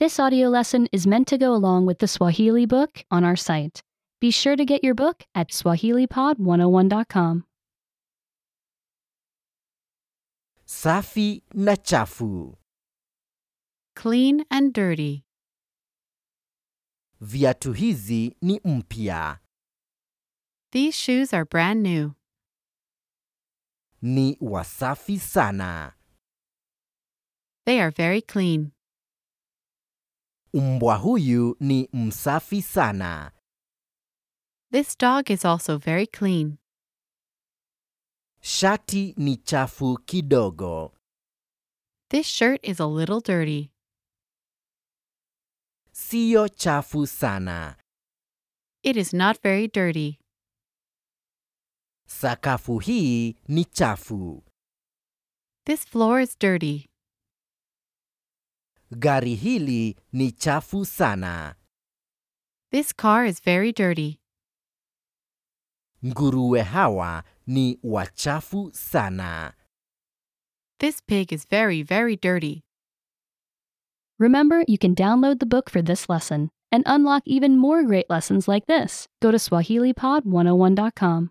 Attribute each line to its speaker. Speaker 1: This audio lesson is meant to go along with the Swahili book on our site. Be sure to get your book at SwahiliPod101.com.
Speaker 2: Safi na chafu.
Speaker 3: Clean and dirty.
Speaker 2: Viatu hizi ni mpya.
Speaker 3: These shoes are brand new.
Speaker 2: Ni wasafi sana.
Speaker 3: They are very clean.
Speaker 2: Mbwa huyu ni msafi sana.
Speaker 3: This dog is also very clean.
Speaker 2: Shati ni chafu kidogo.
Speaker 3: This shirt is a little dirty.
Speaker 2: Sio chafu sana.
Speaker 3: It is not very dirty.
Speaker 2: Sakafu hii ni chafu.
Speaker 3: This floor is dirty.
Speaker 2: Gari hili ni chafu sana.
Speaker 3: This car is very dirty.
Speaker 2: Nguruwe hawa ni wachafu sana.
Speaker 3: This pig is very, very dirty.
Speaker 1: Remember, you can download the book for this oh lesson and unlock even more great lessons like this. Go to SwahiliPod101.com.